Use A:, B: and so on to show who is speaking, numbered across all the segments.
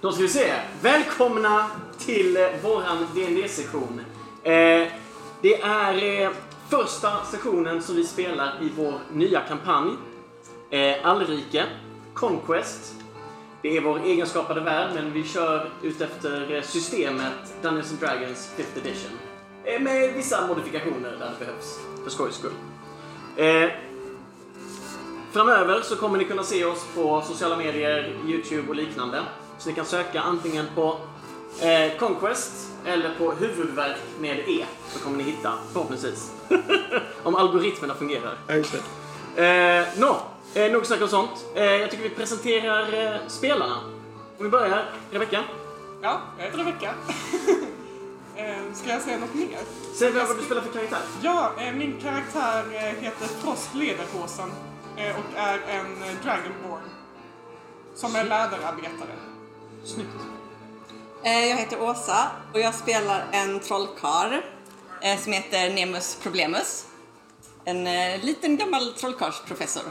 A: Då ska vi se. Välkomna till eh, våran dd sektion eh, Det är eh, första sessionen som vi spelar i vår nya kampanj. Eh, Allrike, Conquest. Det är vår egenskapade värld, men vi kör utefter eh, systemet Dungeons and Dragons 5th edition. Eh, med vissa modifikationer där det behövs, för skojs skull. Eh, Framöver så kommer ni kunna se oss på sociala medier, Youtube och liknande. Så ni kan söka antingen på eh, Conquest eller på huvudverk med E. Så kommer ni hitta, förhoppningsvis. Om algoritmerna fungerar.
B: Ja, just det.
A: Eh, Nå, eh, nog snack om sånt. Eh, jag tycker vi presenterar eh, spelarna. Om vi börjar, Rebecka.
C: Ja, jag heter Rebecka. Eh, Ska jag säga något mer?
A: Säg vad vad du spelar för karaktär.
C: Ja, eh, min karaktär eh, heter Frost Lederhosen eh, och är en eh, Dragonborn. Som är läderarbetare.
A: Snyggt.
D: Eh, Jag heter Åsa och jag spelar en trollkarl eh, som heter Nemus Problemus. En eh, liten gammal trollkarlsprofessor.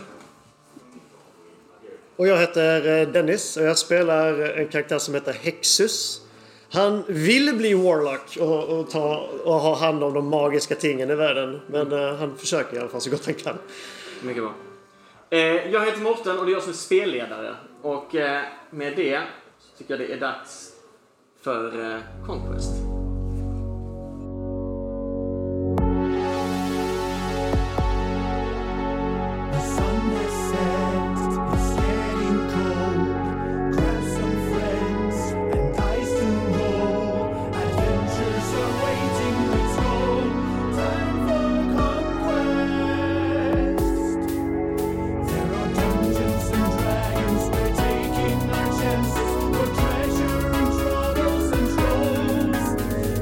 B: Och jag heter eh, Dennis och jag spelar en karaktär som heter Hexus. Han ville bli Warlock och, och, ta, och ha hand om de magiska tingen i världen. Men eh, han försöker i alla fall så gott han kan.
A: Mycket bra. Eh, jag heter Morten och det är jag som är spelledare. Och eh, med det så tycker jag det är dags för eh, Conquest.
E: Sun has set, it's getting cold. Grab some friends and dice to roll. Adventures are waiting, let's go. Time for conquest. There are dungeons and dragons, we're taking our chances. For treasure and troubles and trolls.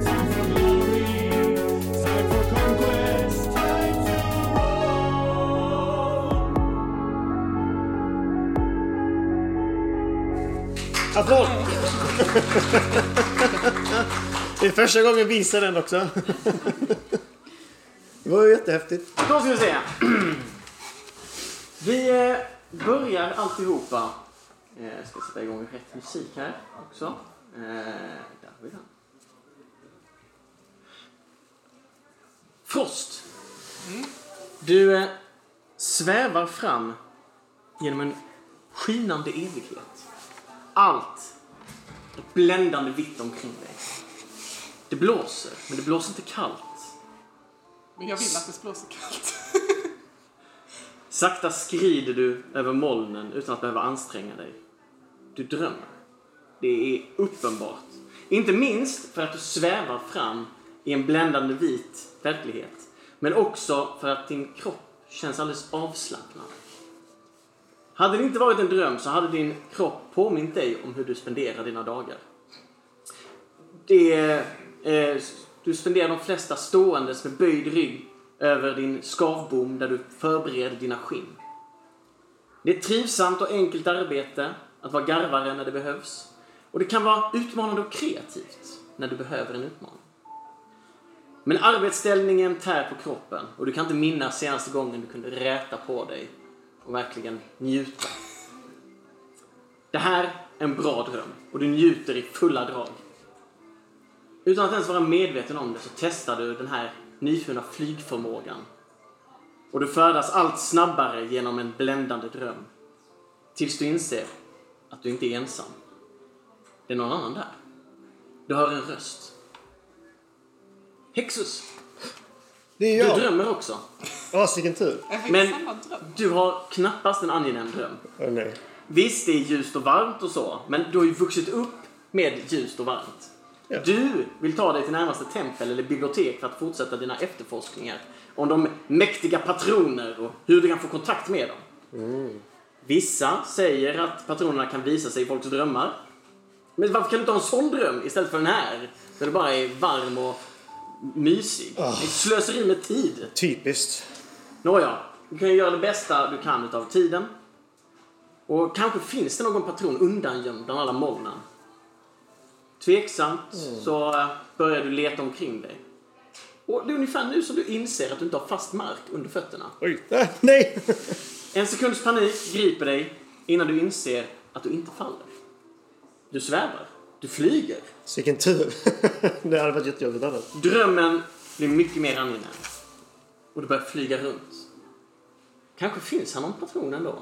E: Time for glory, time for conquest, time to roll.
B: Applåd! Det är första gången vi visar den också. Det var ju jättehäftigt.
A: Då ska vi se. Vi eh, börjar alltihopa. Eh, Jag ska sätta igång rätt musik här också. Eh, Där har vi den. Frost. Du eh, svävar fram genom en skinande evighet. Allt är bländande vitt omkring dig. Det blåser, men det blåser inte kallt.
C: Men jag vill att det blåser kallt.
A: Sakta skrider du över molnen utan att behöva anstränga dig. Du drömmer. Det är uppenbart. Inte minst för att du svävar fram i en bländande vit verklighet. Men också för att din kropp känns alldeles avslappnad. Hade det inte varit en dröm så hade din kropp påmint dig om hur du spenderar dina dagar. Det, eh, du spenderar de flesta ståendes med böjd rygg över din skavbom där du förbereder dina skinn. Det är ett trivsamt och enkelt arbete att vara garvare när det behövs. Och det kan vara utmanande och kreativt när du behöver en utmaning. Men arbetsställningen tär på kroppen och du kan inte minnas senaste gången du kunde räta på dig och verkligen njuta. Det här är en bra dröm och du njuter i fulla drag. Utan att ens vara medveten om det så testar du den här nyfunna flygförmågan. Och du färdas allt snabbare genom en bländande dröm. Tills du inser att du inte är ensam. Det är någon annan där. Du hör en röst. Hexus,
B: Det är
A: du
B: jag.
A: drömmer också.
B: Åh, vilken tur.
C: Jag fick
A: Men-
C: samma dröm.
A: Du har knappast en angenäm dröm.
B: Åh, nej.
A: Visst, det är ljust och varmt och så, men du har ju vuxit upp med ljust och varmt.
B: Ja.
A: Du vill ta dig till närmaste tempel eller bibliotek för att fortsätta dina efterforskningar om de mäktiga patroner och hur du kan få kontakt med dem. Vissa säger att patronerna kan visa sig i folks drömmar. Men varför kan du inte ha en sån dröm istället för den här? Där du bara är varm och mysig. Det är slöseri med tid.
B: Typiskt.
A: Nåja, du kan ju göra det bästa du kan utav tiden. Och kanske finns det någon patron undangömd bland alla molnen. Tveksamt så eh, börjar du leta omkring dig. Och det är ungefär nu som du inser att du inte har fast mark under fötterna.
B: Oj. Ah, nej!
A: En sekunds panik griper dig innan du inser att du inte faller. Du svävar. Du flyger.
B: Så vilken tur. det hade varit jättejobbigt annars.
A: Drömmen blir mycket mer angenäm. Och du börjar flyga runt. Kanske finns här någon person ändå.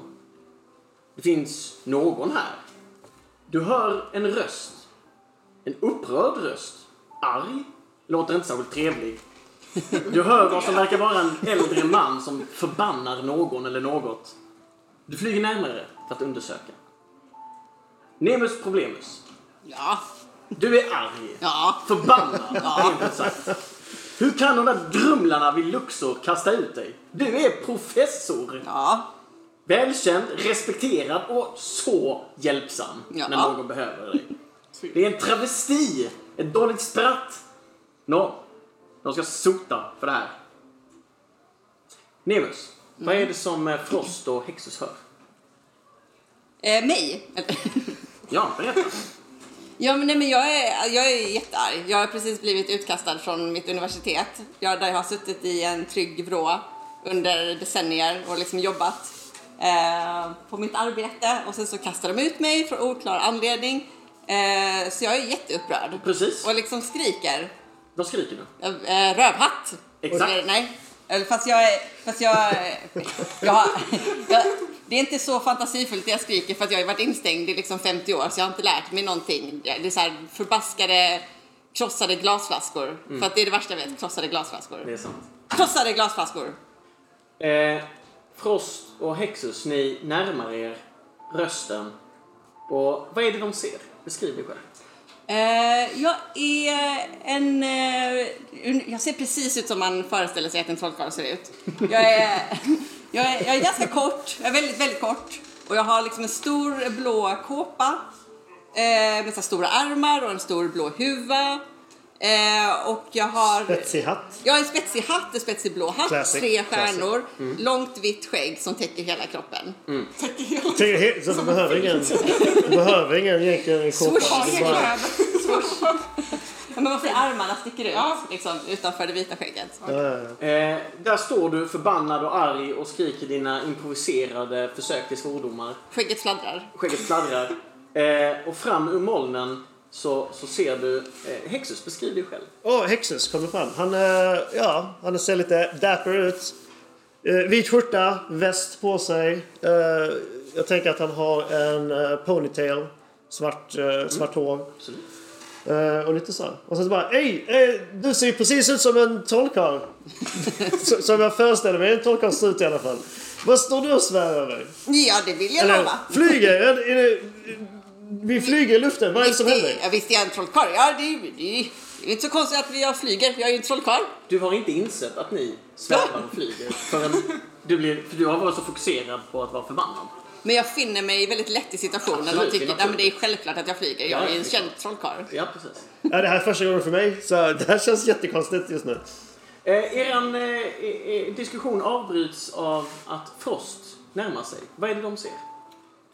A: Det finns någon här. Du hör en röst. En upprörd röst. Arg. Låter inte särskilt trevlig. Du hör vad som verkar vara en äldre man som förbannar någon eller något. Du flyger närmare för att undersöka. Nemus Problemus.
D: Ja.
A: Du är arg.
D: Ja.
A: Förbannad, rent ut sagt. Hur kan de där drumlarna vid Luxor kasta ut dig? Du är professor!
D: Ja.
A: Välkänd, respekterad och så hjälpsam
D: Ja.
A: när någon behöver dig. Det är en travesti! Ett dåligt spratt! Nå, de ska sota för det här. Nemus, vad är det som eh, Frost och Hexus hör?
D: Eh, mig?
A: Ja, berätta.
D: ja, men, nej, men jag, är, jag är jättearg. Jag har precis blivit utkastad från mitt universitet. Jag, där jag har suttit i en trygg vrå under decennier och liksom jobbat eh, på mitt arbete. Och sen så kastar de ut mig från oklar anledning. Eh, så jag är jätteupprörd.
A: Precis.
D: Och liksom skriker.
A: Vad skriker du?
D: Eh, eh, rövhatt!
A: Exakt.
D: Och det- Nej. Eller Fast jag är... Fast jag, eh, jag, har- jag, det är inte så fantasifullt det jag skriker för att jag har varit instängd i liksom 50 år så jag har inte lärt mig någonting. Det är så här förbaskade krossade glasflaskor. För att det är det värsta jag vet, krossade
A: Det
D: glasflaskor.
A: är sant.
D: Krossade glasflaskor!
A: Eh, Frost och Hexus, ni närmar er rösten. Och vad är det de ser? Beskriv dig själv.
D: Eh, jag är en... eh, un- jag ser precis ut som man föreställer sig att en trollkarl ser ut. Jag är, jag är, jag är ganska kort, jag är väldigt, väldigt kort. Och jag har liksom en stor blå kåpa eh, med så här stora armar och en stor blå huva. Eh, och jag har...
B: Spetsig hatt.
D: Jag har en spetsig hatt, en spetsig blå hatt,
B: Classic,
D: tre
B: classic. Mm.
D: stjärnor, långt vitt skägg som täcker hela kroppen.
B: Tänk, he- så du behöver ingen, du behöver ingen egentligen kåpa.
D: Swoosh.
B: Det är
C: Vanliga
B: bara-
C: kläder.
D: Ja, Men varför armarna sticker ut
C: Ja.
D: liksom, utanför det vita skägget?
A: Eh, där står du förbannad och arg och skriker dina improviserade försök till svordomar.
D: Skägget fladdrar.
A: Skägget fladdrar. Eh, och fram ur molnen så, så ser du... Eh, Hexus, beskriv dig själv.
B: Åh, Hexus kommer fram. Han, eh, ja, han ser lite dapper ut. Eh, vit skjorta, väst på sig. Eh, jag tänker att han har en eh, ponytail. Svart, eh, svart hår.
A: Absolut.
B: Eh, och lite så. Och sen så bara, hej! Eh, du ser ju precis ut som en trollkarl. S- som jag föreställer mig, en trollkarl ser ut i alla fall. Vad står du och svär över?
D: Ja, det vill jag
B: Eller,
D: lova.
B: flyger? Är det, är det, vi flyger i luften, vad är det som
D: Visst,
B: händer?
D: Ja, visst är jag en trollkarl. Ja, det, det, det är inte så konstigt att jag flyger. Jag är ju en trollkarl.
A: Du har inte insett att ni svävar och flyger förrän du blir... För du har varit så fokuserad på att vara förbannad.
D: Men jag finner mig väldigt lätt i situationen
A: Absolut,
D: och tycker
A: det är
D: att men det är självklart att jag flyger. Jag
A: Ja,
D: är
A: det
D: en
A: är
D: känd trollkarl.
A: Ja, precis.
B: Ja, det här är första gången för mig, så det här känns jättekonstigt just nu.
A: Eh, eran eh, eh, diskussion avbryts av att Frost närmar sig. Vad är det de ser?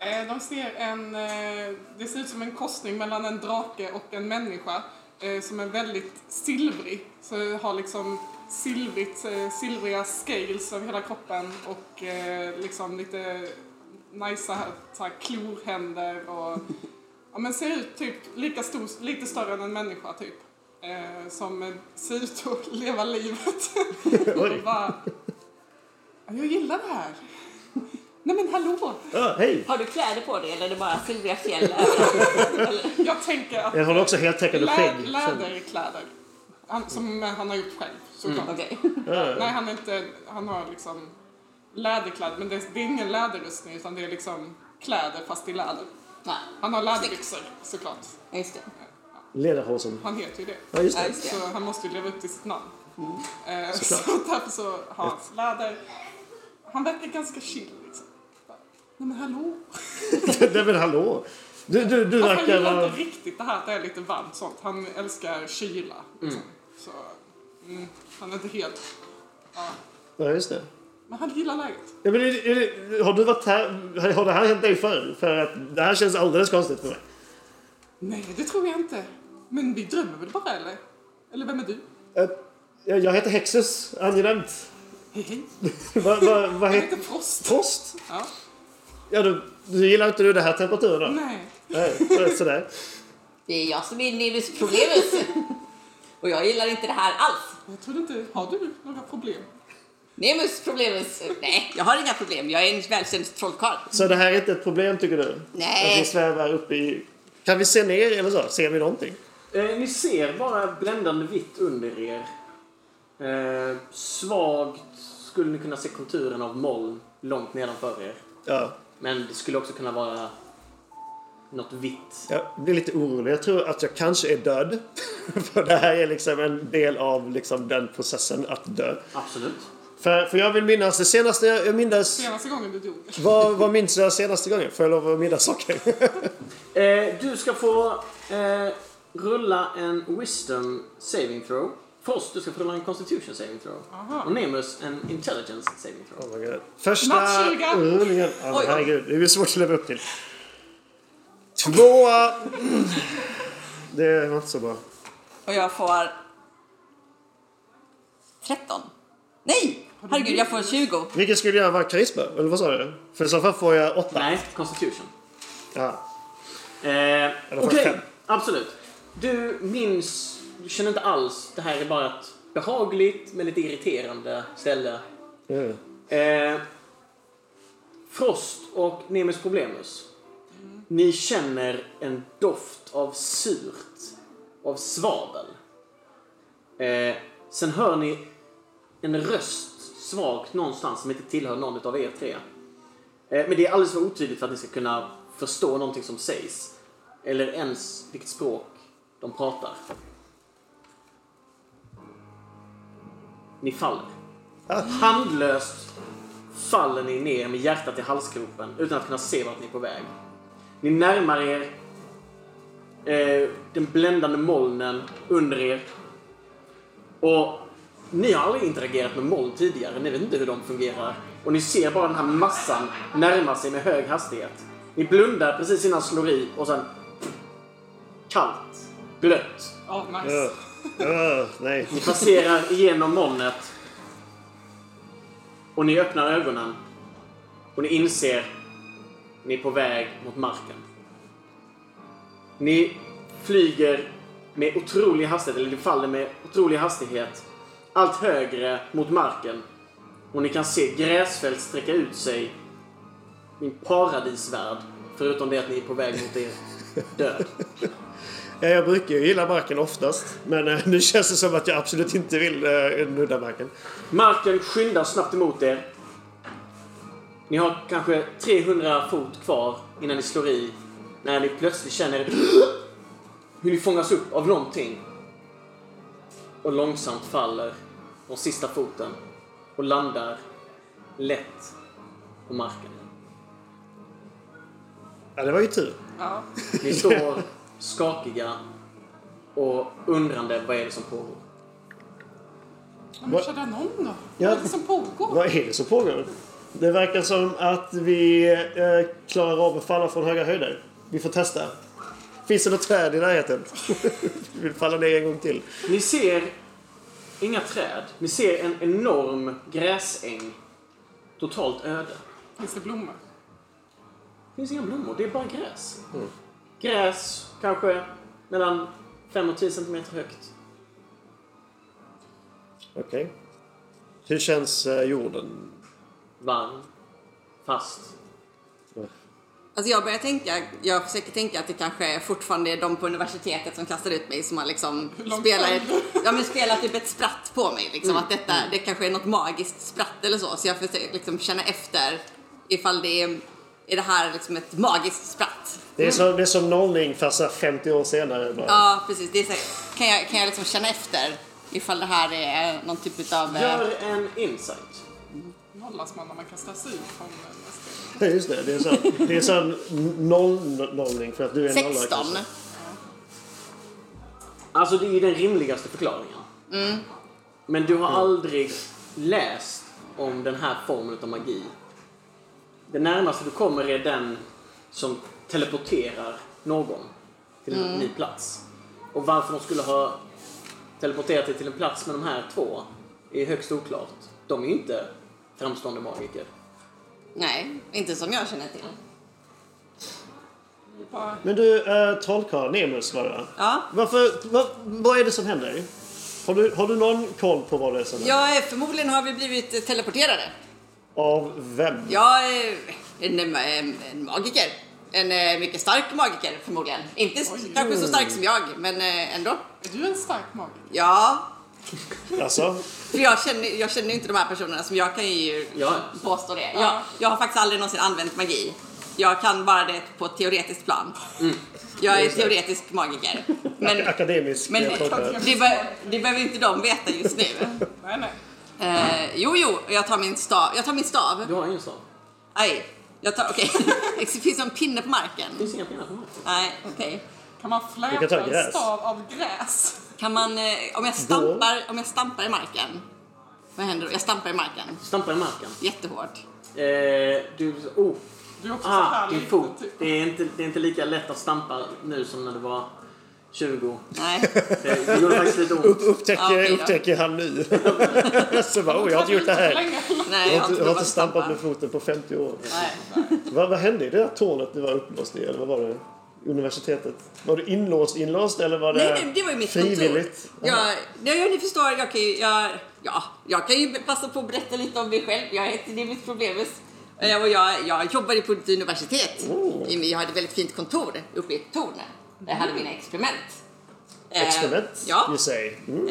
C: Eh, De ser en, eh, det ser ut som en korsning mellan en drake och en människa eh, som är väldigt silvrig. Så det har liksom silvrigt, eh, silvriga scales över hela kroppen och eh, liksom lite nice så här klorhänder och ja, men ser ut typ lika stor, lite större än en människa typ. Eh, som eh, ser ut att leva livet. och bara, "Ja, jag gillar det här. Nej men hallå!
B: Ah, hej!
D: Har du kläder på dig eller är det bara Silvia Fjäll?
C: Jag tänker att
B: Den har också heltäckande skägg.
C: Lä, läderkläder. Han, som han har gjort själv
B: Mm.
C: såklart.
D: Okej.
C: Nej, han, är inte, han har liksom läderkläder. Men det, det är ingen läderrustning utan det är liksom kläder fast i läder.
D: Nej,
C: Han har läderbyxor såklart.
D: just det.
B: Lederhosen.
C: Han heter ju det.
B: Ja, just
D: Ja,
B: det. Mm.
D: just det.
C: Så han måste ju leva upp till sitt namn. Eh, så därför så har han läder. Han verkar ganska chill liksom. Bara, Nej men hallå!
B: Nej men hallå! Du, du, du
C: Han
B: verkar
C: gillar
B: vara...
C: Alltså, inte riktigt det här att det är lite varmt sånt. Han älskar kyla. Liksom. Så mm, han är inte helt... Ja.
B: Ja, just det.
C: Men han gillar läget.
B: Ja, men är, det- är, det- har du varit här? Har det här hänt dig förr? För att det här känns alldeles konstigt för mig.
C: Nej, det tror jag inte. Men vi drömmer väl bara, eller? Eller vem är du?
B: Eh, Jag jag heter Hexus, angenämt.
C: Hej, hej.
B: Vad va, va
C: Jag
B: heter...
C: heter Frost.
B: Frost?
C: Ja.
B: Ja, du, du gillar inte du den här temperaturen då?
C: Nej.
B: Nej. så- Sådär.
D: Det är jag som är Nilus problemet. Och jag gillar inte det här alls.
C: Jag trodde inte... Har du några problem?
D: Nemus problemet. Nej, jag har inga problem. Jag är en välkänd trollkarl.
B: Så det här är inte ett problem tycker du?
D: Nej.
B: Att vi svävar upp i... Kan vi se ner eller så? Ser vi någonting?
A: Eh, ni ser bara bländande vitt under er. Eh, svagt skulle ni kunna se konturen av moln långt nedanför er.
B: Ja.
A: Men det skulle också kunna vara något vitt.
B: Jag blir lite orolig. Jag tror att jag kanske är död. för det här är liksom en del av liksom den processen att dö.
A: Absolut.
B: För, för jag vill minnas, det senaste jag, jag mindes...
C: Senaste gången du dog.
B: Vad, vad minns jag senaste gången? Får jag lov att minnas saker?
A: Eh, du ska få eh, rulla en Wisdom saving throw. Först, du ska få rulla en Constitution saving throw.
C: Aha.
A: Och Nemus en Intelligence saving throw.
B: Oh my God. Första
C: Natt 20.
B: rullningen. Ja, men
D: Oj.
B: herregud, det är svårt att leva upp till. Tvåa! Mm. Det var inte så bra.
D: Och jag får... 13. Nej! Herregud, jag får 20.
B: Vilken skulle jag vara karisma? Eller vad sa du? För i så fall får jag åtta.
A: Nej, Constitution.
B: Ja.
A: Eh, Okej,
B: Eller fem.
A: absolut. Du minns, du känner inte alls, det här är bara ett behagligt men lite irriterande ställe.
B: Mm.
A: Eh, Frost och Nemes Problemus. Ni känner en doft av surt, av svavel. Eh, sen hör ni en röst svagt någonstans som inte tillhör någon av er tre. Eh, men det är alldeles för otydligt för att ni ska kunna förstå någonting som sägs. Eller ens vilket språk de pratar. Ni faller. Handlöst faller ni ner med hjärtat i halsgropen utan att kunna se vart ni är på väg. Ni närmar er eh, den bländande molnen under er. Och ni har aldrig interagerat med moln tidigare, ni vet inte hur de fungerar. Och ni ser bara den här massan närma sig med hög hastighet. Ni blundar precis innan slår i och sen... Kallt. Blött.
C: Ja,
B: Ja.
C: nice.
B: Ja, nej.
A: Ni passerar igenom molnet. Och ni öppnar ögonen. Och ni inser ni är på väg mot marken. Ni flyger med otrolig hastighet, eller ni faller med otrolig hastighet allt högre mot marken. Och ni kan se gräsfält sträcka ut sig i en paradisvärld. Förutom det att ni är på väg mot er död.
B: Ja, Jag brukar ju gilla marken oftast. Men eh, nu känns det som att jag absolut inte vill eh, nudda marken.
A: Marken skyndar snabbt emot er. Ni har kanske 300 fot kvar innan ni slår i. När ni plötsligt känner hur ni fångas upp av någonting. Och långsamt faller de sista foten och landar lätt på marken.
B: Ja, det var ju tur.
C: Ja.
A: Ni står skakiga och undrande vad är det som pågår.
C: Men vad körde någon då?
B: Ja.
C: Vad är det som pågår?
B: Vad är det som pågår? Det verkar som att vi eh, klarar av att falla från höga höjder. Vi får testa. Finns det något träd i närheten? vi vill falla ner en gång till.
A: Ni ser inga träd. Ni ser en enorm gräsäng. Totalt öde.
C: Finns det blommor?
A: Det finns inga blommor, det är bara gräs. Gräs, kanske mellan 5 och 10 centimeter högt.
B: Okej. Hur känns eh, jorden?
A: Varm. Fast.
D: Alltså jag börjar tänka, jag försöker tänka att det kanske fortfarande är de på universitetet som kastar ut mig som har liksom
C: långt
D: spelat,
C: fram? Mm.
D: ett- ja, men spelat typ ett spratt på mig. Liksom, att detta, det kanske är något magiskt spratt eller så. Så jag försöker liksom känna efter ifall det är, är det här liksom ett magiskt spratt.
B: Det är som, det är som nollning fast så här 50 år senare. Bara.
D: Ja, precis. Det är så, här- kan, jag, kan jag liksom känna efter ifall det här är någon typ av...
A: Gör en insight.
C: Nollas man när man kastas ut från eh, nästa.
B: Ja, Just det, det är sån, det är sån noll, nollning för att du är en nolla.
D: 16.
B: kanske.
A: Alltså det är ju den rimligaste förklaringen. Men du har aldrig läst om den här formen av magi. Det närmaste du kommer är den som teleporterar någon till en ny plats. Och varför de skulle ha teleporterat dig till en plats med de här två är högst oklart. De är ju inte framstående magiker.
D: Nej, inte som jag känner till.
C: Bara,
B: Men du, äh, trollkarlen Nemus var det va?
D: Ja.
B: Varför, va, vad är det som händer? Har du, har du någon koll på vad det är som händer?
D: Jag, förmodligen har vi blivit eh, teleporterade.
B: Av vem?
D: Jag är en, en, en magiker. En eh, mycket stark magiker förmodligen. Inte s-
C: Oj.
D: kanske så stark som jag, men eh, ändå.
C: är du en stark magiker?
D: Ja,
B: Alltså,
D: för jag känner, jag känner ju inte de här personerna som jag kan ju
A: Ja.
D: påstå det. Jag,
C: Ja.
D: jag har faktiskt aldrig någonsin använt magi. Jag kan bara det på ett teoretiskt plan.
B: Mm.
D: Jag är teoretisk magiker. Men,
B: akademisk
D: men
B: eh, trollkarl.
D: det, be, det behöver inte de veta just nu.
C: Nej, nej.
D: Eh, jo, jo, jag tar min stav. Jag tar min
A: Du
D: stav.
A: har ingen stav.
D: Aj. Jag tar, okej. Det finns en pinne på
A: Det
D: marken.
A: finns inga pinnar på marken.
D: Nej, okej.
C: Kan man
B: Du kan ta
C: fläta en
B: gräs.
C: stav av gräs?
D: Kan man, eh, om jag stampar, om jag stampar i marken. Vad händer då? Jag stampar i marken.
A: Stampar i marken.
D: Jättehårt.
A: Eh, du, oh,
C: Du är också så
A: ah,
C: här
A: din
C: liten,
A: fot.
C: typ.
A: Det är, inte, det är inte lika lätt att stampa nu som när du var 20.
D: Nej.
A: Det, det gjorde faktiskt lite ont.
B: Upp, upptäcker,
D: Ja, okej då.
B: upptäcker han nu. Så bara, oh, jag har inte gjort det här.
C: Länge.
D: Nej,
B: Jag har inte, jag har
D: provat
B: inte
D: att
B: stampat
D: stampa.
B: med foten på 50 år.
D: Nej.
B: Vad, vad hände i det där tornet du var upplåst i? Eller vad var det? Universitetet? Var du inlåst inlåst eller var det,
D: Nej, det, det var ju mitt
B: frivilligt?
D: kontor. Ja, nej, ja, ni förstår, jag kan ju, jag, ja, jag kan ju passa på att berätta lite om mig själv. Jag heter Nimis Problemus Eh, och jag, jag jobbade på ett universitet.
B: Oh.
D: Jag hade ett väldigt fint kontor uppe i ett torn. Där jag hade mina experiment. Eh,
B: Experiment,
D: Ja.
B: you say. Mm.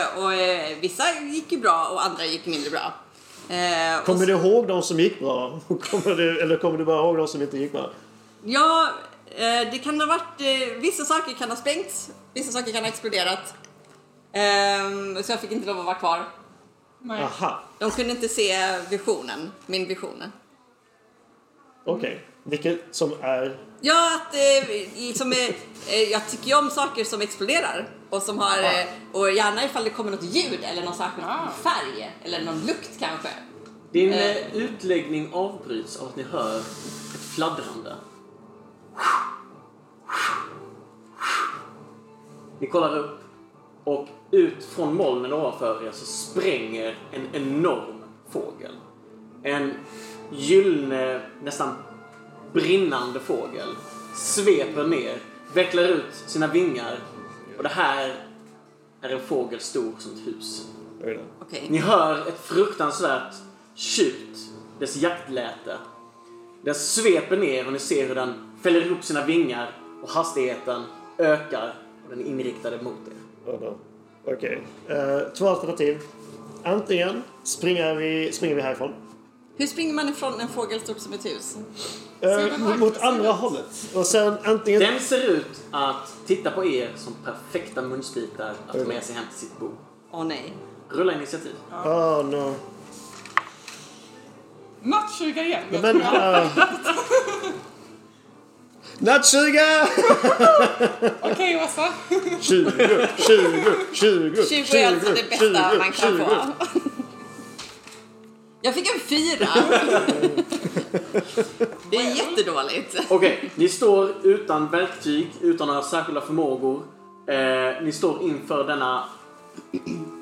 D: Eh, och, eh, vissa gick ju bra och andra gick mindre bra. Eh, och
B: Kommer du ihåg de som gick bra? Kommer du, eller kommer du bara ihåg de som inte gick bra?
D: Ja, eh, det kan ha varit... eh, Vissa saker kan ha sprängts, vissa saker kan ha exploderat. Ehm, Så jag fick inte lov att vara kvar.
C: Nej.
B: Aha,
D: De kunde inte se visionen, min vision.
B: okej. Vilket som är...
D: Ja, att eh, liksom, eh, eh, jag tycker ju om saker som exploderar och som har, eh, och gärna ifall det kommer något ljud eller någon särskild
C: Ah.
D: färg eller någon lukt kanske.
A: Din eh, utläggning avbryts av att ni hör ett fladdrande. Ni kollar upp och ut från molnen ovanför er så spränger en enorm fågel. En gyllene, nästan brinnande fågel sveper ner, vecklar ut sina vingar och det här är en fågel stor som ett hus.
B: Oj då.
D: Okej.
A: Ni hör ett fruktansvärt tjut, dess jaktläte. Den sveper ner och ni ser hur den fäller ihop sina vingar och hastigheten ökar och den är inriktad mot er.
B: Oj då. Okej. Eh, två alternativ. Antingen springer vi, springer vi härifrån.
D: Hur springer man ifrån en fågel stor som ett hus?
C: den
B: Eh, mot-
C: här-
B: mot
C: ser den-
B: andra hållet. Och sen antingen...
A: Den ser ut att titta på er som perfekta munsbitar att ta med sig hem till sitt bo.
D: Åh nej.
A: Rulla initiativ.
B: Oh, no.
C: Nattsuga igen. jag
B: Men...
C: tror jag.
B: Uh... Nattsuga!
C: Okej, Åsa.
B: 20, 20, 20,
D: 20 är alltså det bästa man kan få. Jag fick en fyra. Det är jättedåligt.
A: Okej, ni står utan verktyg, utan några särskilda förmågor. Eh, ni står inför denna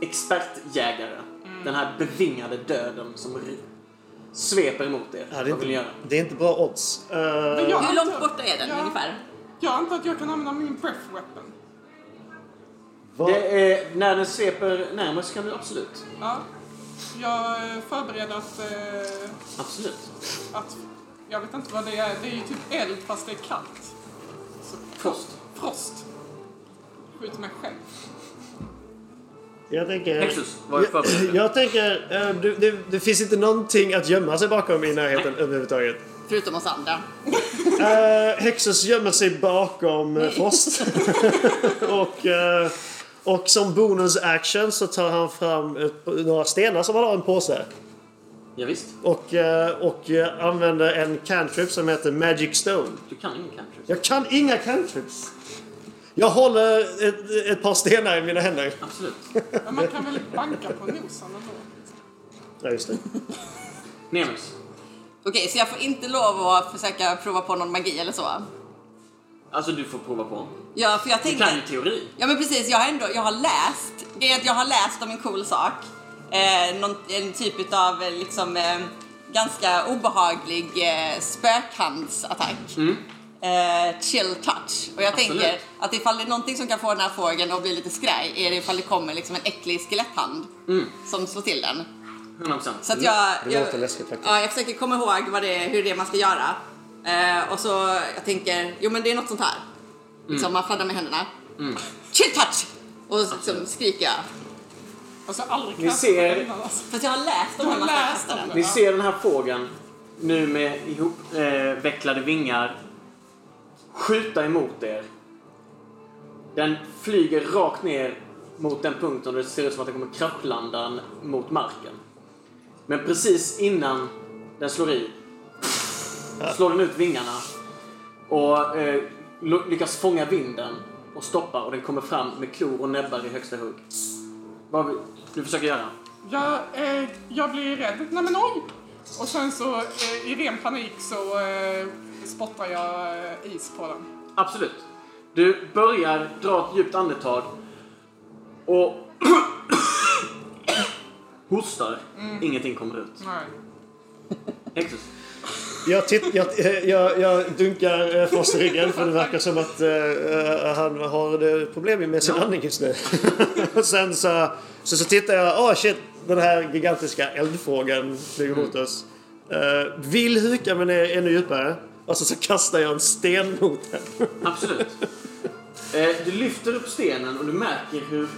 A: expertjägare. Den här bevingade döden som ry- sveper emot er.
B: Ja, det, är
A: Vad vill ni
B: inte,
A: göra?
B: det är inte bra odds. Eh,
C: Men jag
D: Hur långt
C: antar-
D: borta är den
C: jag,
D: ungefär?
C: Jag antar att jag kan använda min breath weapon.
B: vad,
A: Det är, när den sveper närmare så kan du absolut.
C: Ja. Jag eh, förbereder att... Eh,
A: Absolut.
C: att jag vet inte vad det är. Det är ju typ eld fast det är kallt. Så,
A: Frost.
C: Frost. Skjuter mig själv.
B: jag tänker...
A: Nexus, vad är
B: jag,
A: förberedd?
B: jag tänker, eh, du, det, det finns inte någonting att gömma sig bakom i närheten överhuvudtaget.
D: Förutom oss andra.
B: Uh, Hexus gömmer sig bakom eh, Frost. och, eh, och som bonus action så tar han fram ett, några stenar som han har i en påse.
A: Ja, visst.
B: Och, eh, och eh, använder en cantrip som heter Magic Stone.
A: Du kan ingen cantrip.
B: Jag kan inga cantrips. Jag håller ett, ett par stenar i mina händer.
A: Absolut.
C: Men man kan väl banka på nosen ändå?
B: Ja, just det.
A: Nemus.
D: Okej, så jag får inte lov att försöka prova på någon magi eller så?
A: Alltså du får prova på.
D: Ja, för jag
A: Du kan ju
D: tänker...
A: teori.
D: Ja, men precis. Jag har ändå jag har läst. Grejen är att jag har läst om en cool sak. Eh, någon, en typ utav eh, liksom... Eh, ganska obehaglig eh, spökhandsattack. Eh, chill touch. Och jag
A: Absolut.
D: tänker att ifall det är någonting som kan få den här fågeln att bli lite skraj är det ifall det kommer liksom en äcklig skeletthand som slår till den.
A: 100%.
D: Så att jag,
B: Det
D: jag,
B: låter läskigt faktiskt.
D: Ja, jag försöker komma ihåg vad det är, hur det är man ska göra. Eh, och så jag tänker, jo men det är något sånt här. Liksom man fladdrar med händerna. Chill touch! Och liksom skriker jag.
C: Alltså aldrig
A: Ni
C: kastat
A: ser-
C: den innan, alltså.
D: Fast jag har läst om
C: Du
D: hur man
C: har
D: ska
C: läst
D: kasta
C: om
D: den.
A: Ni ser den här fågeln nu med ihopvecklade eh, vecklade vingar skjuta emot er. Den flyger rakt ner mot den punkten och det ser ut som att den kommer kraschlanda n- mot marken. Men precis innan den slår i slår den ut vingarna och eh, lo- lyckas fånga vinden och stoppa och den kommer fram med klor och näbbar i högsta hugg. Vad vill du försöker göra?
C: Jag, eh, jag blir rädd. Nej men oj! Och sen så eh, i ren panik så eh, spottar jag eh, is på den.
A: Absolut. Du börjar dra ett djupt andetag och hostar. Ingenting kommer ut.
C: Nej.
A: Exus.
B: Jag, titt, jag, eh, jag, jag dunkar eh, Frost i ryggen för det verkar som att eh, eh, han har det problem med sin andning just nu. och sen så, så, så tittar jag, ah shit, den här gigantiska eldfrågan flyger mot
C: Mm.
B: oss. Eh, vill huka men är ännu djupare. Och så, så kastar jag en sten mot den.
A: Absolut. Eh, Du lyfter upp stenen och du märker hur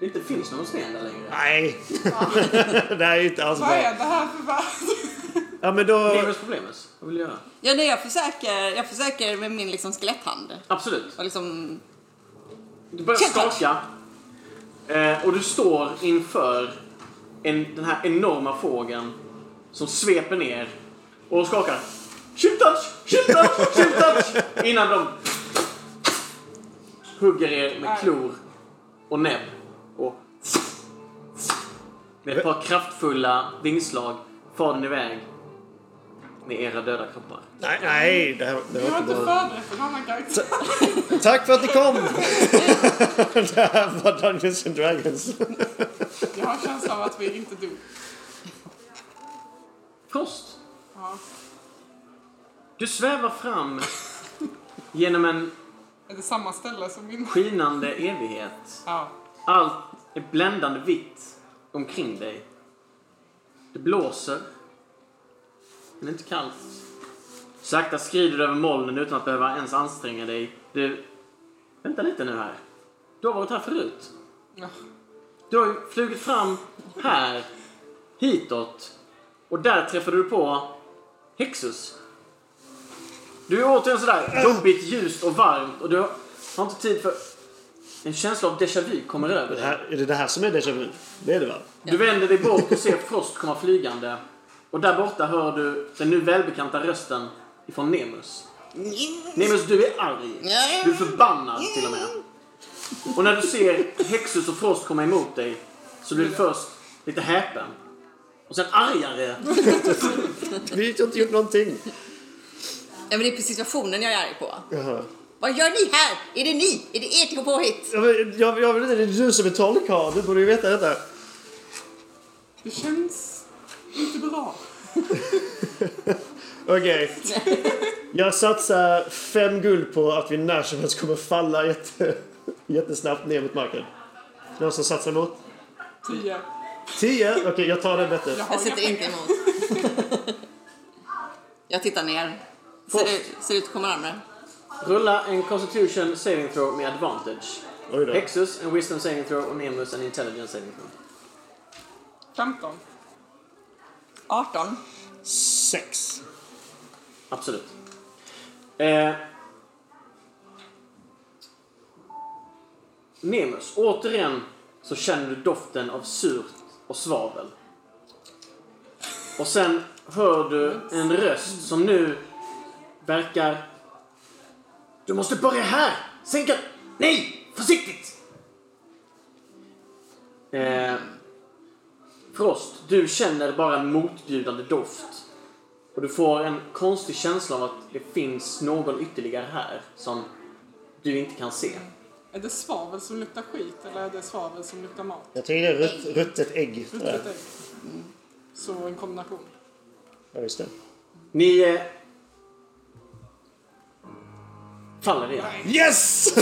A: det inte finns någon sten där längre.
B: Nej! det här är ju inte alls
C: Vad
B: bra.
C: är det här för värld?
B: Ja men då...
A: Leverus problemet. Vad vill du göra?
D: Ja, nej, jag, försöker, jag försöker med min liksom skeletthand.
A: Absolut.
D: Och liksom,
A: Du börjar
D: Kämpa.
A: skaka. Eh, och du står inför en, den här enorma fågeln som sveper ner och skakar. Chip touch, chip touch, chip touch! Innan de hugger er med klor och näbb. Och med ett par kraftfulla vingslag far den iväg med era döda kroppar.
B: Nej, nej det, här, det
C: Jag
B: var
C: var
B: inte
C: inte
B: bra.
C: förberett för en annan karaktär.
B: Tack för att ni kom! det här var Dungeons and Dragons.
C: Jag har en känsla av att vi inte dog.
A: Frost!
C: Ja.
A: Du svävar fram genom en
C: Är det samma ställe som min?
A: skinande evighet.
C: Ja.
A: Allt är bländande vitt omkring dig. Det blåser. Men inte kallt. Sakta skrider du över molnen utan att behöva ens anstränga dig. Du... Vänta lite nu här. Du har varit här förut.
C: Ja.
A: Du har ju flugit fram här, hitåt. Och där träffade du på Hexus. Du är återigen sådär jobbigt ljust och varmt och du har har inte tid för... En känsla av déjà vu kommer över
B: Det
A: dig.
B: här, är det det här som är déjà vu? Det är det va?
A: Du vänder dig bort och ser Frost komma flygande. Och där borta hör du den nu välbekanta rösten ifrån Nemus. Nemus, du är arg. Du är förbannad till och med. Och när du ser Hexus och Frost komma emot dig så blir du först lite häpen. Och sen argare.
B: Vi har inte gjort någonting.
D: ja, men det är på situationen jag är arg på.
B: Jaha.
D: Vad gör ni här? Är det ni? Är det ert påhitt?
B: Jag, vill- jag, jag vill inte, det är du som är trollkarl. Du borde ju veta detta.
C: Det känns inte bra.
B: Okej. Jag satsar fem guld på att vi när som helst kommer falla jätte, jättesnabbt ner mot marken. Någon som satsar emot?
C: Tio.
B: Tio? Okej, jag tar den bettet.
C: Jag har
D: Jag
C: inga
D: sitter inte
C: pengar.
D: emot. jag tittar ner. Ser
A: Post.
D: ut, ser ut att komma närmare.
A: Rulla en Constitution saving throw med advantage.
B: Oj då.
A: Hexus, en Wisdom saving throw och Nemus, en Intelligence saving throw.
C: 15.
D: 18.
B: Sex.
A: Absolut. Eh, Nemus, återigen så känner du doften av surt och svavel. Och sen hör du en röst som nu verkar... Du måste börja här! Sänka... Nej! Försiktigt! Eh, Frost, du känner bara en motbjudande doft. Och du får en konstig känsla av att det finns någon ytterligare här som du inte kan se.
C: Är det svavel som luktar skit eller är det svavel som luktar mat?
B: Jag tänker det är rutt, ruttet ägg.
C: Ruttet ägg. Så en kombination.
B: Ja, just det.
A: Ni eh, faller igen.
B: Yes!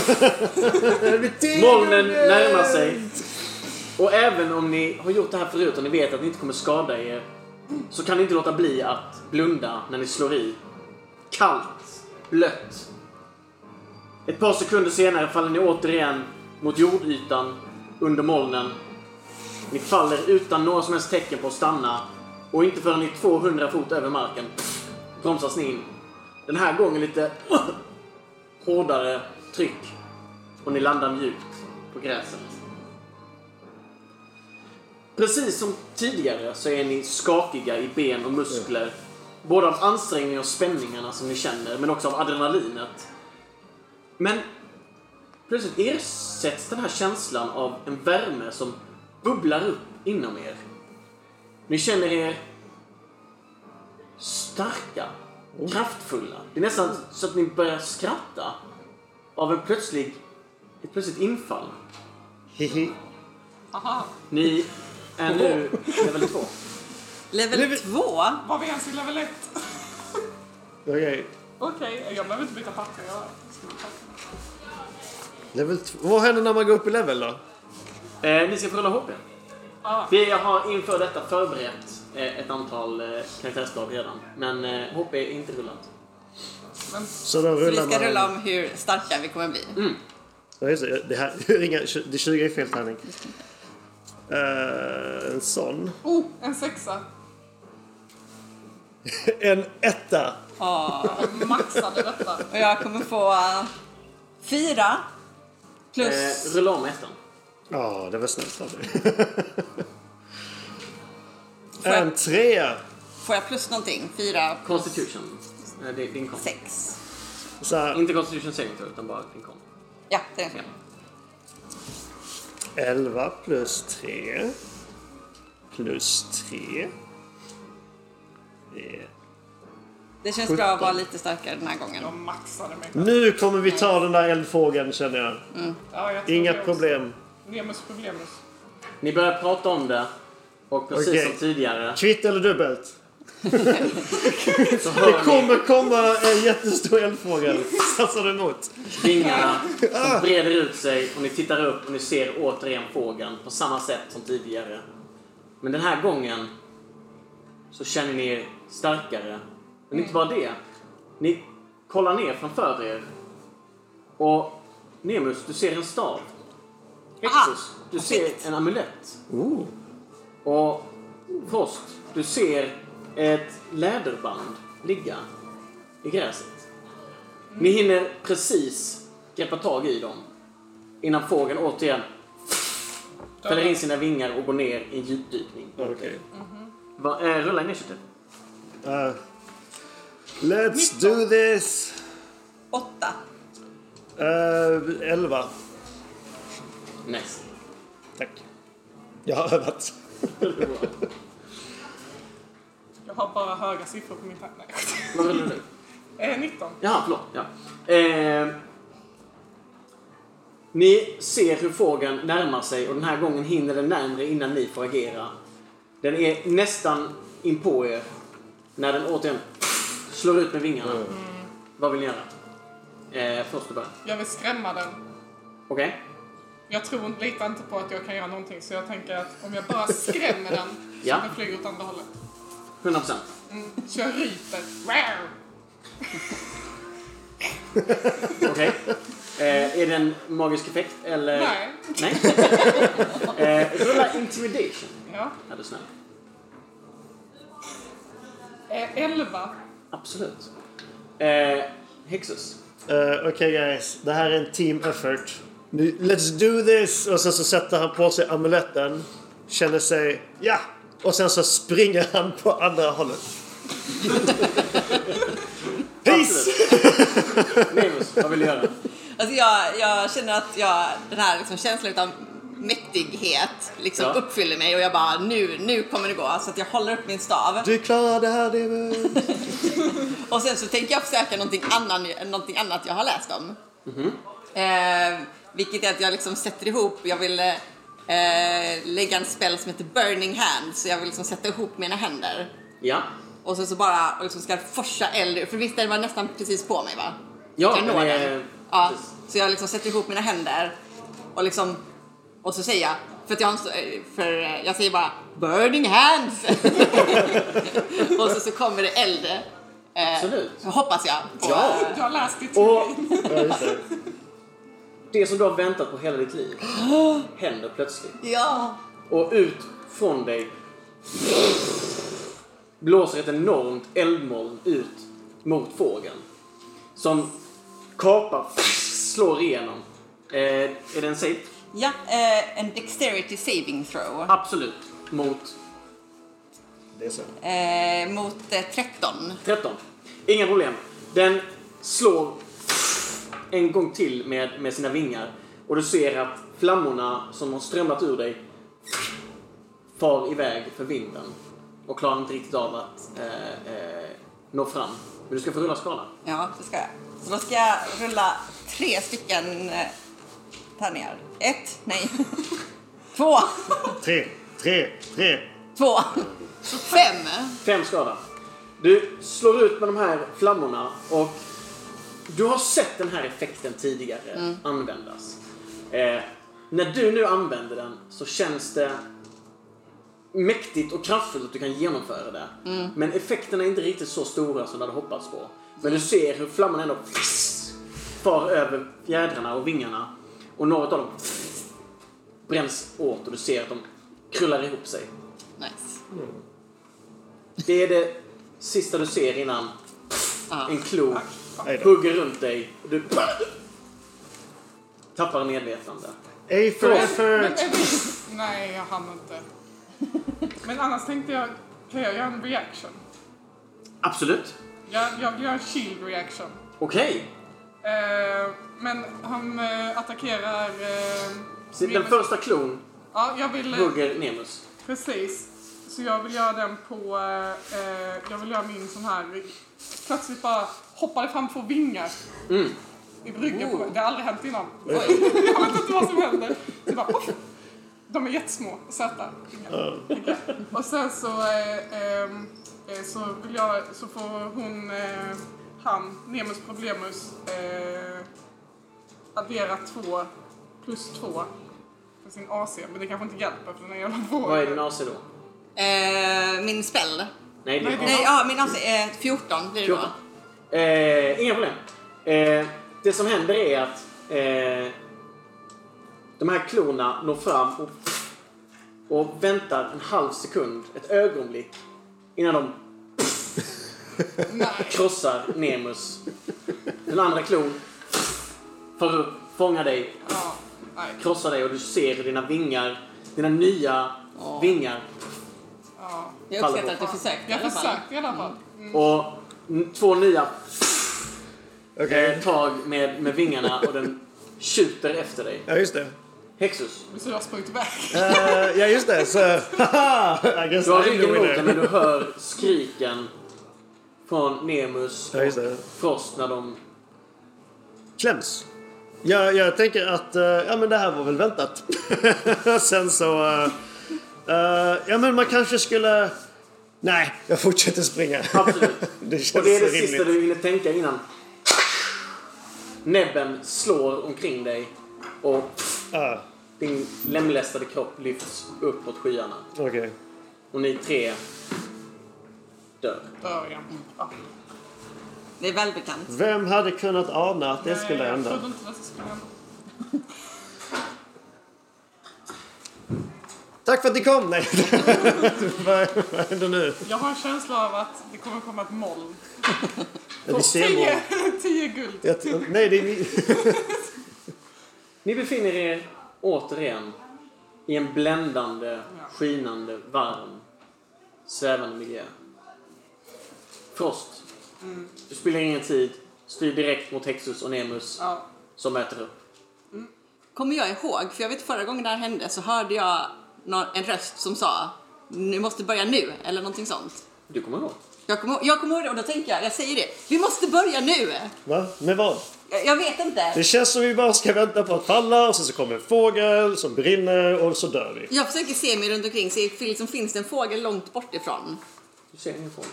B: det blir tio
A: Molnen
B: gånger!
A: närmar sig. Och även om ni har gjort det här förut och ni vet att ni inte kommer skada er så kan ni inte låta bli att blunda när ni slår i. Kallt, blött. Ett par sekunder senare faller ni återigen mot jordytan under molnen. Ni faller utan några som helst tecken på att stanna och inte förrän ni är 200 fot över marken bromsas ni in. Den här gången lite hårdare tryck och ni landar mjukt på gräset. Precis som tidigare så är ni skakiga i ben och muskler. Både av ansträngningen och spänningarna som ni känner, men också av adrenalinet. Men plötsligt ersätts den här känslan av en värme som bubblar upp inom er. Ni känner er starka, kraftfulla. Det är nästan så att ni börjar skratta av en plötslig, ett plötsligt infall.
B: Hihi.
C: Aha,
A: Ni är nu level 2.
D: Level
B: Level-
D: 2?
C: var vi ens i level 1?
B: Okej.
C: Okej, jag behöver inte byta papper. Jag... ska byta papper.
B: Level t- Vad händer när man går upp i level då?
A: Eh, ni ska få rulla HP.
C: Ah,
A: Vi har inför detta förberett eh, ett antal eh, karaktärsblad redan. Men eh, HP är inte rullat.
C: men
B: Så
D: Så
B: då rullar
D: vi ska
B: man...
D: rulla om hur starka vi kommer bli.
B: Ja, just det. Det, här, det är inga- det är 20 är fel tärning. Eh, en sån.
C: oh, en sexa.
B: En etta.
C: Jag maxade detta.
D: Ah, Och jag kommer få eh, fyra plus...
A: Eh, rulla om ettan.
B: Ja, det var snällt av dig.
D: Får jag,
B: En trea.
D: får jag plus någonting? Fyra plus
A: Constitution. Eh, det är din kom.
D: sex?
B: Så här,
A: Inte Constitution saving throw, utan bara din kom.
D: Ja, det är det.
B: 11 plus 3. Plus 3.
D: Det känns bra att vara lite starkare den här gången.
C: Jag maxade mig.
B: Nu kommer vi ta den där eldfågeln känner jag.
C: Ja, jag tror
B: Inga
C: det också.
B: problem.
C: Remus problemus.
A: Ni börjar prata om det. Och precis
B: Okej.
A: som tidigare
B: Kvitt eller dubbelt?
A: så hör ni
B: kommer komma en jättestor eldfågel. Satsar du emot?
A: vingarna som breder ut sig och ni tittar upp och ni ser återigen fågeln på samma sätt som tidigare. Men den här gången så känner ni er starkare. Men inte bara det. Ni kollar ner framför er. Och Nemus, du ser en stav. Exus, du ser en amulett. Och Frost, du ser ett läderband ligga i gräset. Ni hinner precis greppa tag i dem innan fågeln återigen fäller in sina vingar och går ner i en djupdykning.
B: Okej.
A: Va, eh, rulla initiativ.
B: Eh, let's do this!
D: Åtta.
B: Eh, 11.
A: Nice.
B: Tack. Jag har övat.
C: Jag har bara höga siffror på min papper.
A: Vad rullar du?
C: Nej. Eh, 19.
A: Jaha, förlåt. Ja. Eh, ni ser hur fågeln närmar sig och den här gången hinner den närmre innan ni får agera. Den är nästan in på er när den återigen slår ut med vingarna. Vad vill ni göra? Eh, först och början.
C: Jag vill skrämma den.
A: Okej?
C: Jag tror inte, litar inte på att jag kan göra någonting så jag tänker att om jag bara skrämmer den
A: Ja.
C: så den flyger åt andra hållet.
A: 100%.
C: Mm, så jag ryter. Wow!
A: Okej. Eh, är det en magisk effekt eller?
C: Nej.
A: Nej. eh, rulla intimidation.
C: Ja.
A: Är du snäll?
C: Eh, 11.
A: Absolut. Eh, Hexus.
B: Eh, Okej guys, det här är en team effort. Nu, let's do this! Och sen så sätter han på sig amuletten, känner sig ja! Och sen så springer han på andra hållet. Peace!
A: Absolut. Nemus, vad vill du göra?
D: Alltså jag, jag känner att jag, den här liksom känslan av mäktighet liksom
A: Ja.
D: uppfyller mig och jag bara nu, nu kommer det gå. Så att jag håller upp min stav
B: Du klarar det här David!
D: och sen så tänker jag försöka någonting, annan, någonting annat jag har läst om. Eh, vilket är att jag liksom sätter ihop, jag vill eh, eh, lägga en spel som heter Burning Hand så jag vill liksom sätta ihop mina händer.
A: Ja.
D: Och sen så bara och liksom ska forsa eld ur- För visst den var nästan precis på mig va?
A: Ja,
D: jag når
A: men,
D: den.
A: eh,
D: Ja,
A: precis.
D: så jag liksom sätter ihop mina händer och liksom och så säger jag för att jag har en så- eh, för eh, jag säger bara burning hands och så, så kommer det eld. Eh,
A: Absolut.
D: Så hoppas jag. Och,
A: Ja.
D: eh,
C: Jag har läst ditt
A: Och
B: Ja, just det.
A: det som du har väntat på hela ditt liv händer plötsligt.
D: ja.
A: Och ut från dig blåser ett enormt eldmoln ut mot fågeln. Som kapar, slår igenom. Eh, är det en safe?
D: Ja, eh, en dexterity saving throw
A: Absolut. Mot
B: Det är så.
D: eh, mot eh, 13.
A: 13. Inga problem. Den slår en gång till med, med sina vingar. Och du ser att flammorna som har strömmat ur dig far iväg för vinden. Och klarar inte riktigt av att eh, eh, nå fram. Men du ska få rulla skala.
D: Ja, det ska jag. Så då ska jag rulla tre stycken eh, tärningar. Ett, nej. Två,
B: Tre, tre, tre.
D: två, fem.
A: Fem skada. Du slår ut med de här flammorna och du har sett den här effekten tidigare användas. Eh, när du nu använder den så känns det mäktigt och kraftfullt att du kan genomföra det. Men effekterna är inte riktigt så stora som du hade hoppats på. Men du ser hur flamman ändå far över fjädrarna och vingarna och några av dem bränns åt och du ser att de krullar ihop sig.
D: Nice.
A: Det är det sista du ser innan
D: Ja.
A: en klo
B: Ej då.
A: hugger runt dig och du tappar medvetande.
B: A for
C: Men,
B: effort.
C: eh, nej, jag hann inte. Men annars tänkte jag, kan jag göra en reaction?
A: Absolut.
C: Jag, jag gör en shield reaction.
A: Okej.
C: Eh, men han eh, attackerar... eh,
A: Så Den
C: Remus.
A: första klon
C: Ja, jag vill...
A: hugger Nemus.
C: Precis. Så jag vill göra den på... Eh, jag vill göra min sån här... Plötsligt bara hoppade fram två vingar.
A: Mm.
C: I bryggan. på- Det har aldrig hänt innan.
D: Oj.
C: Jag vet inte vad som händer. Det bara, poff. de är jättesmå och söta. vingar. Vingar. Och sen så... Eh, ehm, eh, så vill jag... Så får hon... Eh, han, Nemus Problemus, eh, addera två plus två för sin AC. Men det kanske inte hjälper för den är jävla vågen.
A: Vad är din AC då?
D: Eh, min spell.
A: Nej, det
C: Nej,
A: är
D: Nej, ja, min AC är 14 blir det då.
A: 14. Eh, inga problem. Eh, det som händer är att eh, de här klorna når fram och, och väntar en halv sekund, ett ögonblick, innan de
C: Nej.
A: krossar Nemus. Den andra klon far upp, fångar dig,
C: Ja, nej.
A: krossar dig och du ser hur dina vingar, dina nya
D: Ja.
A: vingar
C: Ja.
D: Jag uppskattar att du försökte i alla
C: Jag
D: fall.
C: försökte i alla fall.
A: och n- två nya
B: Okej.
A: eh, tag med, med vingarna och den tjuter efter dig.
B: Ja, just det.
A: Hexus,
C: Så jag har sprungit iväg.
B: Eh, ja, just det. Så... Haha! I guess
A: du har
B: I'm
A: ryggen
B: doing
A: mot
B: it.
A: dig men du hör skriken från Nemus
B: Ja, just det.
A: Frost när de...
B: Kläms. Jag, jag tänker att eh, ja, men det här var väl väntat. Sen så... eh, eh, ja, men man kanske skulle... Nej, jag fortsätter springa.
A: Absolut.
B: det känns
A: Och det är det
B: rimligt.
A: sista du hinner tänka innan näbben slår omkring dig och
B: Ja,
A: Din lemlästade kropp lyfts upp mot skyarna
B: Okej.
A: och ni tre dör.
C: Dör igen. Ja.
D: Det är välbekant.
B: Vem hade kunnat ana att det skulle
C: Nej, Jag
B: hända?
C: trodde inte att det skulle hända.
B: Tack för att ni kom! Nej. vad, vad händer nu?
C: Jag har en känsla av att det kommer komma ett moln.
B: Vi ser
C: Tio,
B: mål.
C: tio guld.
B: Jag t- Nej, det är vi.
A: Ni befinner er återigen i en bländande, skinande, varm, svävande miljö. Frost. Du spelar ingen tid. Styr direkt mot Hexus och Nemus
C: Ja.
A: som äter upp.
D: Kommer jag ihåg, för jag vet förra gången det här hände så hörde jag nå- en röst som sa ni måste börja nu eller någonting sånt.
A: Du kommer ihåg?
D: Jag kommer, jag kommer ihåg det och då tänker jag, jag säger det, vi måste börja nu!
B: Va? Med vad?
D: Jag, jag vet
B: Det
D: inte.
B: känns som vi bara ska vänta på att falla och sen så kommer en fågel som brinner och så dör vi.
D: Jag försöker se mig runt omkring, se, liksom, finns det en fågel långt bort ifrån?
A: Du ser ingen fågel.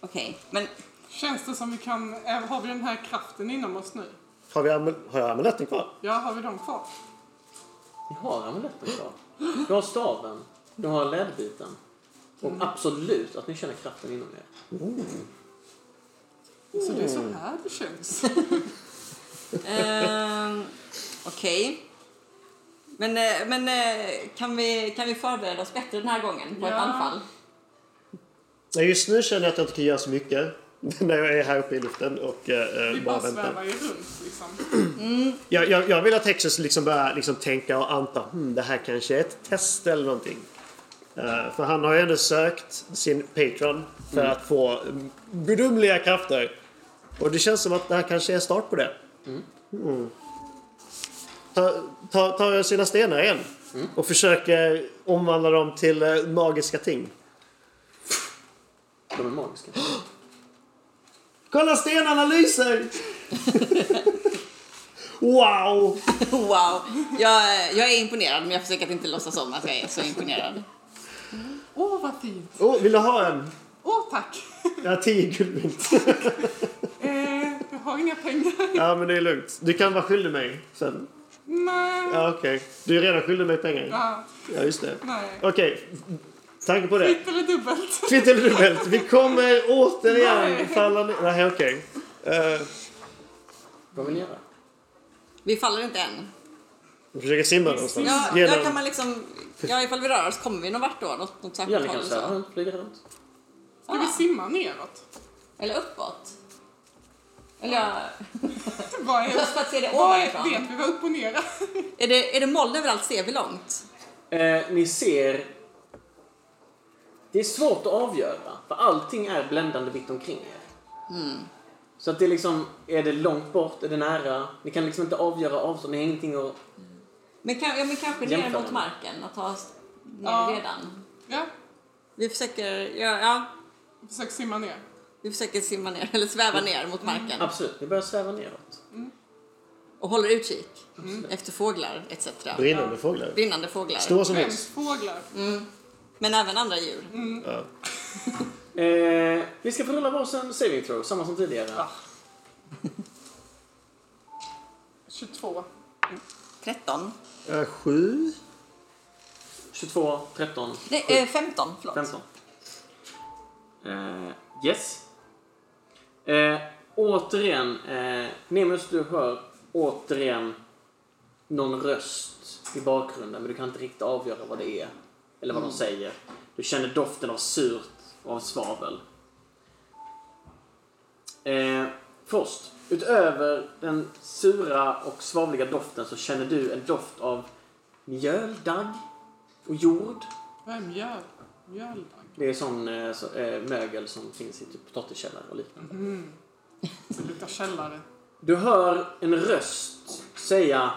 D: Okej, men
C: Känns det som vi kan... eh, Har vi den här kraften inom oss nu?
B: Har, vi amul- har jag amuletten kvar?
C: Ja, har vi dem kvar?
A: Ni har amuletten kvar. Du har staven, du har ledbiten. Och absolut att ni känner kraften inom er.
C: Så det är så här det känns.
D: Ehm, Okej. Men, eh, men eh, kan, vi, kan vi förbereda oss bättre den här gången på
C: Ja.
D: ett anfall?
B: Nej, just nu känner jag att jag inte kan göra så mycket. När jag är här uppe i luften och eh,
C: Vi
B: eh, bara
C: bara
B: väntar.
C: svävar ju runt liksom.
B: Jag, jag, jag vill att Texas liksom börjar liksom tänka och anta hmm, det här kanske är ett test eller någonting. Eh, för han har ju ändå sökt sin Patreon för att få mm, gudomliga krafter. Och det känns som att det här kanske är en start på det. Mm. Ta- ta- Tar sina stenar igen och försöker omvandla dem till eh, magiska ting.
A: De är magiska.
B: Kolla stenarna lyser! wow!
D: Wow! Jag, jag är imponerad, men jag försöker att inte låtsas om att jag är så imponerad.
C: Åh, vad fint!
B: Oh, vill du ha en?
C: Åh, tack!
B: Jag har tio guldmynt.
C: Eh, jag har inga pengar.
B: Ja, men det är lugnt. Du kan vara skyldig mig sen.
C: Nej.
B: Ja, okej. Du är redan skyldig mig pengar.
C: Ja,
B: Ja, just det.
C: nej.
B: Okej, tanke på det.
C: Kvitt eller dubbelt.
B: Kvitt eller dubbelt. Vi kommer återigen
C: Nej.
B: falla ner. Nej, okej. Eh,
A: Vad vill ni göra?
D: Vi faller inte än.
B: vi försöker simma någonstans.
D: Ja,
B: Genom-
D: ja, kan man liksom, ja, ifall vi rör oss, kommer vi någon vart då? Något, något
A: Ja,
D: särskilt
A: ni
D: håll?
A: kan
D: och så?
A: sväva runt, flyga runt.
C: Ska vi
D: Ah.
C: simma neråt?
D: Eller uppåt? Eller ja,
C: Vad är...
D: för att se det
C: Vad är...
D: ovanifrån.
C: Vet vi vad upp och ner är?
D: Är det, är det moln överallt? Ser vi långt?
A: Eh, ni ser... Det är svårt att avgöra, för allting är bländande vitt omkring er. Så att det är liksom, är det långt bort, är det nära? Ni kan liksom inte avgöra avstånd, ni har ingenting att...
D: Men, kan, ja, men kanske ner
A: Jämför
D: mot
A: den.
D: marken, att ta oss ner
C: Ja.
D: redan.
C: Ja,
D: Vi försöker, ja, ja,
C: försök simma ner.
D: vi försöker simma ner, eller sväva ner mot marken
A: Absolut, ni börjar sväva neråt.
D: och håller utkik efter fåglar etc.
B: Brinnande fåglar.
D: Brinnande fåglar,
B: Stora som
C: Vems
B: hus.
C: fåglar?
D: men även andra djur.
B: Ja.
A: Eh, vi ska få rulla varsin saving throw, samma som tidigare.
C: Ah. 22.
D: 13,
B: Eh, sju.
A: 22, 13,
D: nej eh, 15, förlåt.
A: 15. Eh, yes. Eh, återigen, eh, Nemus, du hör återigen någon röst i bakgrunden, men du kan inte riktigt avgöra vad det är. Eller vad de säger. Du känner doften av surt och av svavel. Eh, först, utöver den sura och svavliga doften så känner du en doft av mjöldagg och jord.
C: Vad är mjöl? Mjöldag?
A: Det är sån eh, så, eh, mögel som finns i typ potatiskällare och liknande.
C: Det luktar källare.
A: Du hör en röst säga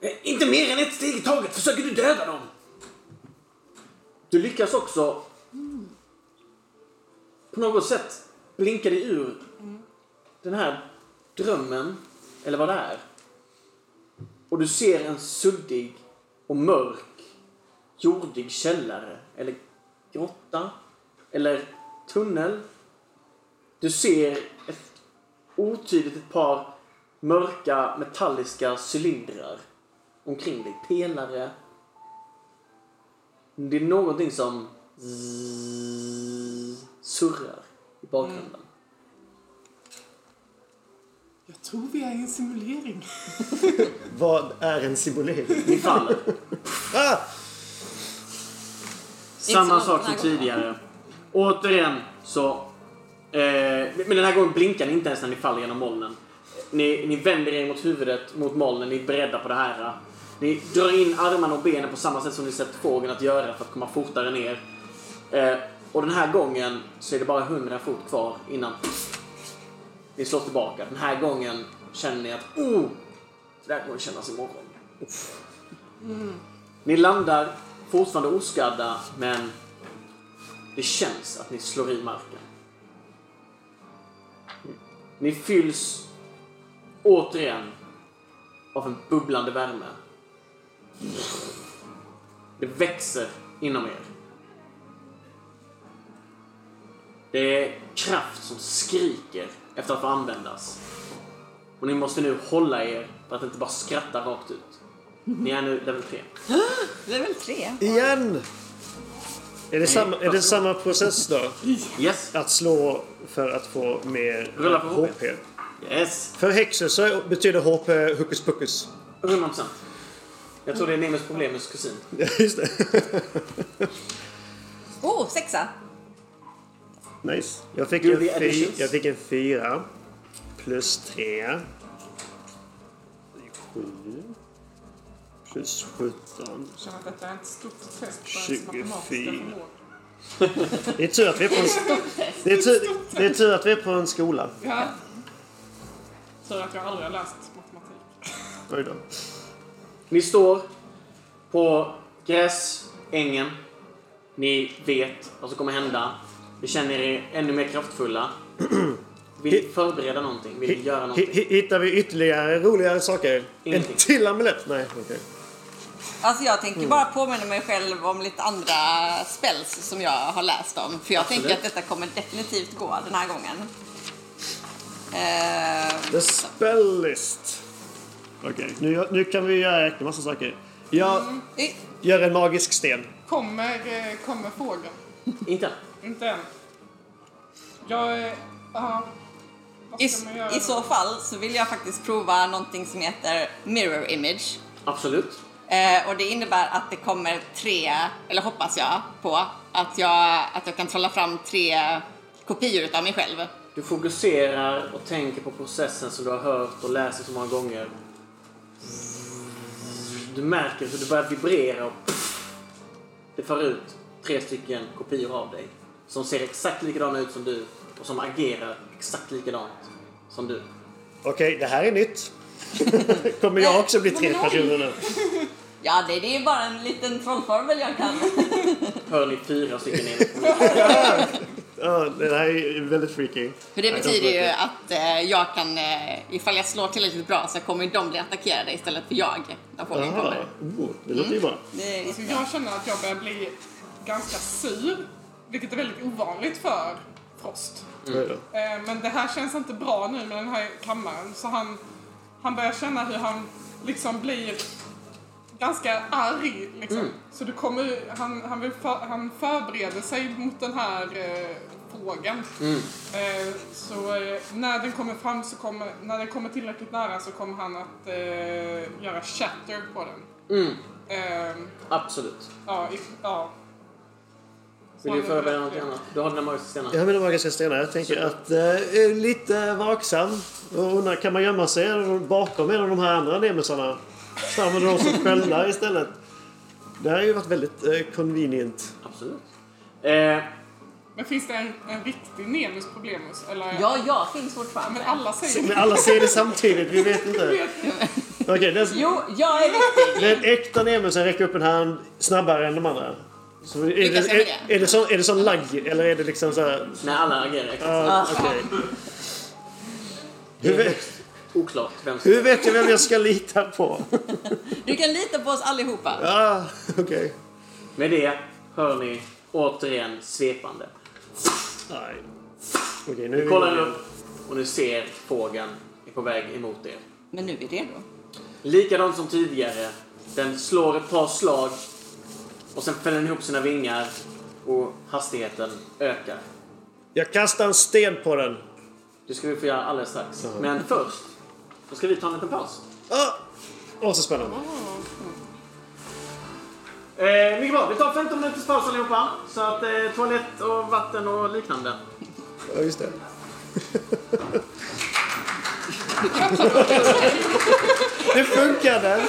A: "Eh, Inte mer än ett steg i taget, försöker du döda dem? Du lyckas också på något sätt blinka dig ur den här drömmen, eller vad det är. Och du ser en suddig och mörk jordig källare, eller grotta, eller tunnel. Du ser ett otydligt ett par mörka metalliska cylindrar omkring dig. Pelare. Det är någonting som zzz- surrar i bakgrunden.
C: Jag tror vi är i en simulering.
B: Vad är en simulering?
A: Ni faller.
B: Ah!
A: Samma sak
D: så
A: som
D: långt den här
A: tidigare. Återigen så... Eh, men den här gången blinkar ni inte ens när ni faller genom molnen. Ni, ni vänder er mot huvudet mot molnen, ni är beredda på det här. Ni drar in armarna och benen på samma sätt som ni sett fågeln att göra för att komma fortare ner. Eh, och den här gången så är det bara 100 fot kvar innan ni slår tillbaka. Den här gången känner ni att oh, det här kommer kännas imorgon. Ni landar fortfarande oskadda, men det känns att ni slår i marken. Ni fylls återigen av en bubblande värme. Det växer inom er. Det är kraft som skriker efter att få användas. Och ni måste nu hålla er för att inte bara skratta rakt ut. Ni är nu level 3.
D: Det är väl tre?
B: Igen! Är det, samma, är det samma process då?
A: Yes!
B: Att slå för att få mer
A: Rulla på
B: HP?
A: Yes!
B: För häxor så betyder HP hokus pokus.
A: 100%. Jag tror det är Nimes Problemus kusin.
B: Ja, Just det.
D: Oh, sexa.
B: Nice. Jag fick,
A: Do
B: en
A: the
B: fy,
A: additions.
B: jag fick en fyra. Plus tre. Sju. Plus sjutton.
C: Jag känner att detta är ett stort test på ens
B: 24.
C: matematiska förmåga.
B: Det är tur att vi är på en, det är tur, det är tur att vi är på en skola.
C: Ja. Tur att jag aldrig har läst matematik.
B: Oj då.
A: Ni står på gräsängen. Ni vet vad som kommer hända. Ni känner er ännu mer kraftfulla. Vill ni förbereda någonting? Vill ni göra
B: Hi-
A: någonting?
B: hi- Hittar vi ytterligare roligare saker?
A: Ingenting.
B: En till amulett? Nej, okej.
D: Alltså jag tänker bara påminna mig själv om lite andra spells som jag har läst om. För jag
A: Absolut.
D: tänker att detta kommer definitivt gå den här gången. Eh,
B: The spell list. Okej, nu, nu kan vi göra en massa saker. Jag
D: i-
B: gör en magisk sten.
C: Kommer, eh, kommer fågeln?
A: Inte?
C: Inte än. Jag... eh, Ja. Vad
D: i,
C: ska man göra?
D: I så fall så vill jag faktiskt prova någonting som heter mirror image.
A: Absolut.
D: Eh, och det innebär att det kommer tre, eller hoppas jag på, att jag, att jag kan trolla fram tre kopior utav mig själv.
A: Du fokuserar och tänker på processen som du har hört och läser så många gånger. Du märker hur du börjar vibrera och det för ut tre stycken kopior av dig som ser exakt likadana ut som du och som agerar exakt likadant som du.
B: Okej, det här är nytt. Kommer jag också bli tre personer nu?
D: Ja, det, det är bara en liten trollformel jag kan.
A: Hör ni fyra stycken in?
B: Ja, det här är väldigt freaky.
D: För det betyder ju att eh, jag kan, eh, ifall jag slår tillräckligt bra så kommer ju de bli attackerade istället för jag. när fågeln
B: Jaha,
D: kommer.
B: oh, det låter ju bra.
D: Det är
C: Alltså, jag känner att jag börjar bli ganska sur. Vilket är väldigt ovanligt för Frost.
D: Mm.
B: Oj då.
C: Eh, Men det här känns inte bra nu med den här kammaren. Så han, han börjar känna hur han liksom blir ganska arg. Liksom. Så du kommer, han, han, vill för, han förbereder sig mot den här eh, frågan. Eh, så eh, när den kommer fram så kommer, när den kommer tillräckligt nära så kommer han att eh, göra shatter på den. Eh,
A: Mm, Absolut.
C: ja, i, ja.
A: Vill du förbereda något annat? Du har dina magiska stenar.
B: Jag menar magiska stenar. Jag tänker att eh, är lite vaksam. Och undrar, kan man gömma sig bakom en av de här andra demisarna? Så använder de som sköldar istället. Det här har ju varit väldigt eh, convenient.
A: Absolut. Eh,
C: Men finns det en, en riktig Nemus Problemus? Eller?
D: Ja, jag finns
C: Ja, Men
D: fortfarande.
C: alla säger
B: Men alla ser det samtidigt, vi vet inte. Okej, den,
D: Jo, jag är viktig.
B: den äkta Nemusen räcker upp en hand snabbare än de andra. Så är, det,
D: Lyckas jag med
B: är,
D: det?
B: är det sån, är det sån lagg eller är det liksom så här...
A: när alla agerar exakt samma.
B: ah, okej. Hur, vet,
A: Oklart vem som...
B: hur vet jag vem jag ska lita på?
D: Du kan lita på oss allihopa.
B: Ah, okej.
A: Med det hör ni återigen svepande.
B: Nej. Okej, nu...
A: Kollar ni upp och ni ser fågeln är på väg emot er.
D: Men nu är vi redo.
A: Likadant som tidigare. Den slår ett par slag och sen fäller den ihop sina vingar och hastigheten ökar.
B: Jag kastar en sten på den.
A: Det ska vi få göra alldeles strax. Men först, då ska vi ta en liten paus.
B: Ah! Åh, så spännande.
A: Eh, mycket bra. Vi tar 15 minuters paus allihopa. Så att eh, toalett och vatten och liknande.
B: Ja, just det. det funkade!